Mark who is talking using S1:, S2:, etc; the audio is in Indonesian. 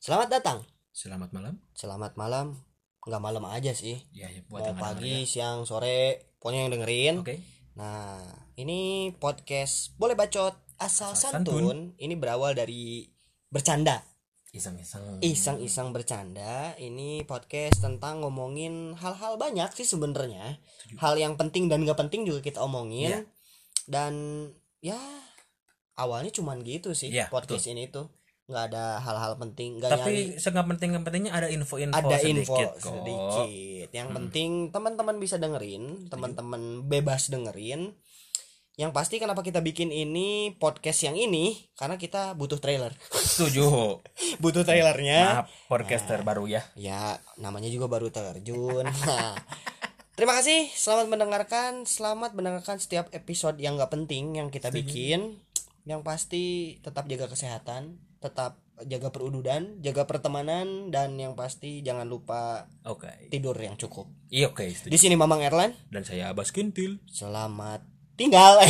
S1: Selamat datang.
S2: Selamat malam.
S1: Selamat malam. Enggak malam aja sih.
S2: Ya, ya, buat
S1: Mau
S2: yang
S1: Oh,
S2: malam
S1: pagi,
S2: aja.
S1: siang, sore, pokoknya yang dengerin.
S2: Oke.
S1: Nah, ini podcast Boleh Bacot asal,
S2: Asal
S1: santun.
S2: santun.
S1: Ini berawal dari bercanda.
S2: Iseng-iseng.
S1: Iseng-iseng bercanda. Ini podcast tentang ngomongin hal-hal banyak sih sebenarnya.
S2: Setuju.
S1: Hal yang penting dan gak penting juga kita omongin.
S2: Iya.
S1: Dan ya awalnya cuman gitu sih
S2: Iya,
S1: podcast ini tuh. nggak ada hal-hal penting, nggak nyari
S2: Tapi seenggak penting pentingnya ada info-info
S1: ada info
S2: sedikit kok.
S1: sedikit. Yang
S2: Hmm.
S1: penting teman-teman bisa dengerin, teman-teman bebas dengerin. Yang pasti kenapa kita bikin ini podcast yang ini karena kita butuh trailer.
S2: Setuju.
S1: butuh trailernya.
S2: Maaf, podcaster baru ya.
S1: Ya, namanya juga baru terjun. Nah, Terima kasih, selamat mendengarkan, selamat mendengarkan setiap episode yang gak penting yang kita
S2: Setuju.
S1: bikin. Yang pasti tetap jaga kesehatan, tetap jaga perududan, jaga pertemanan, dan yang pasti jangan lupa
S2: Oke.
S1: tidur yang cukup.
S2: Iya, oke, setuju.
S1: Di sini Mamang Erlan,
S2: Dan saya Abbas Kintil.
S1: selamat tinggal.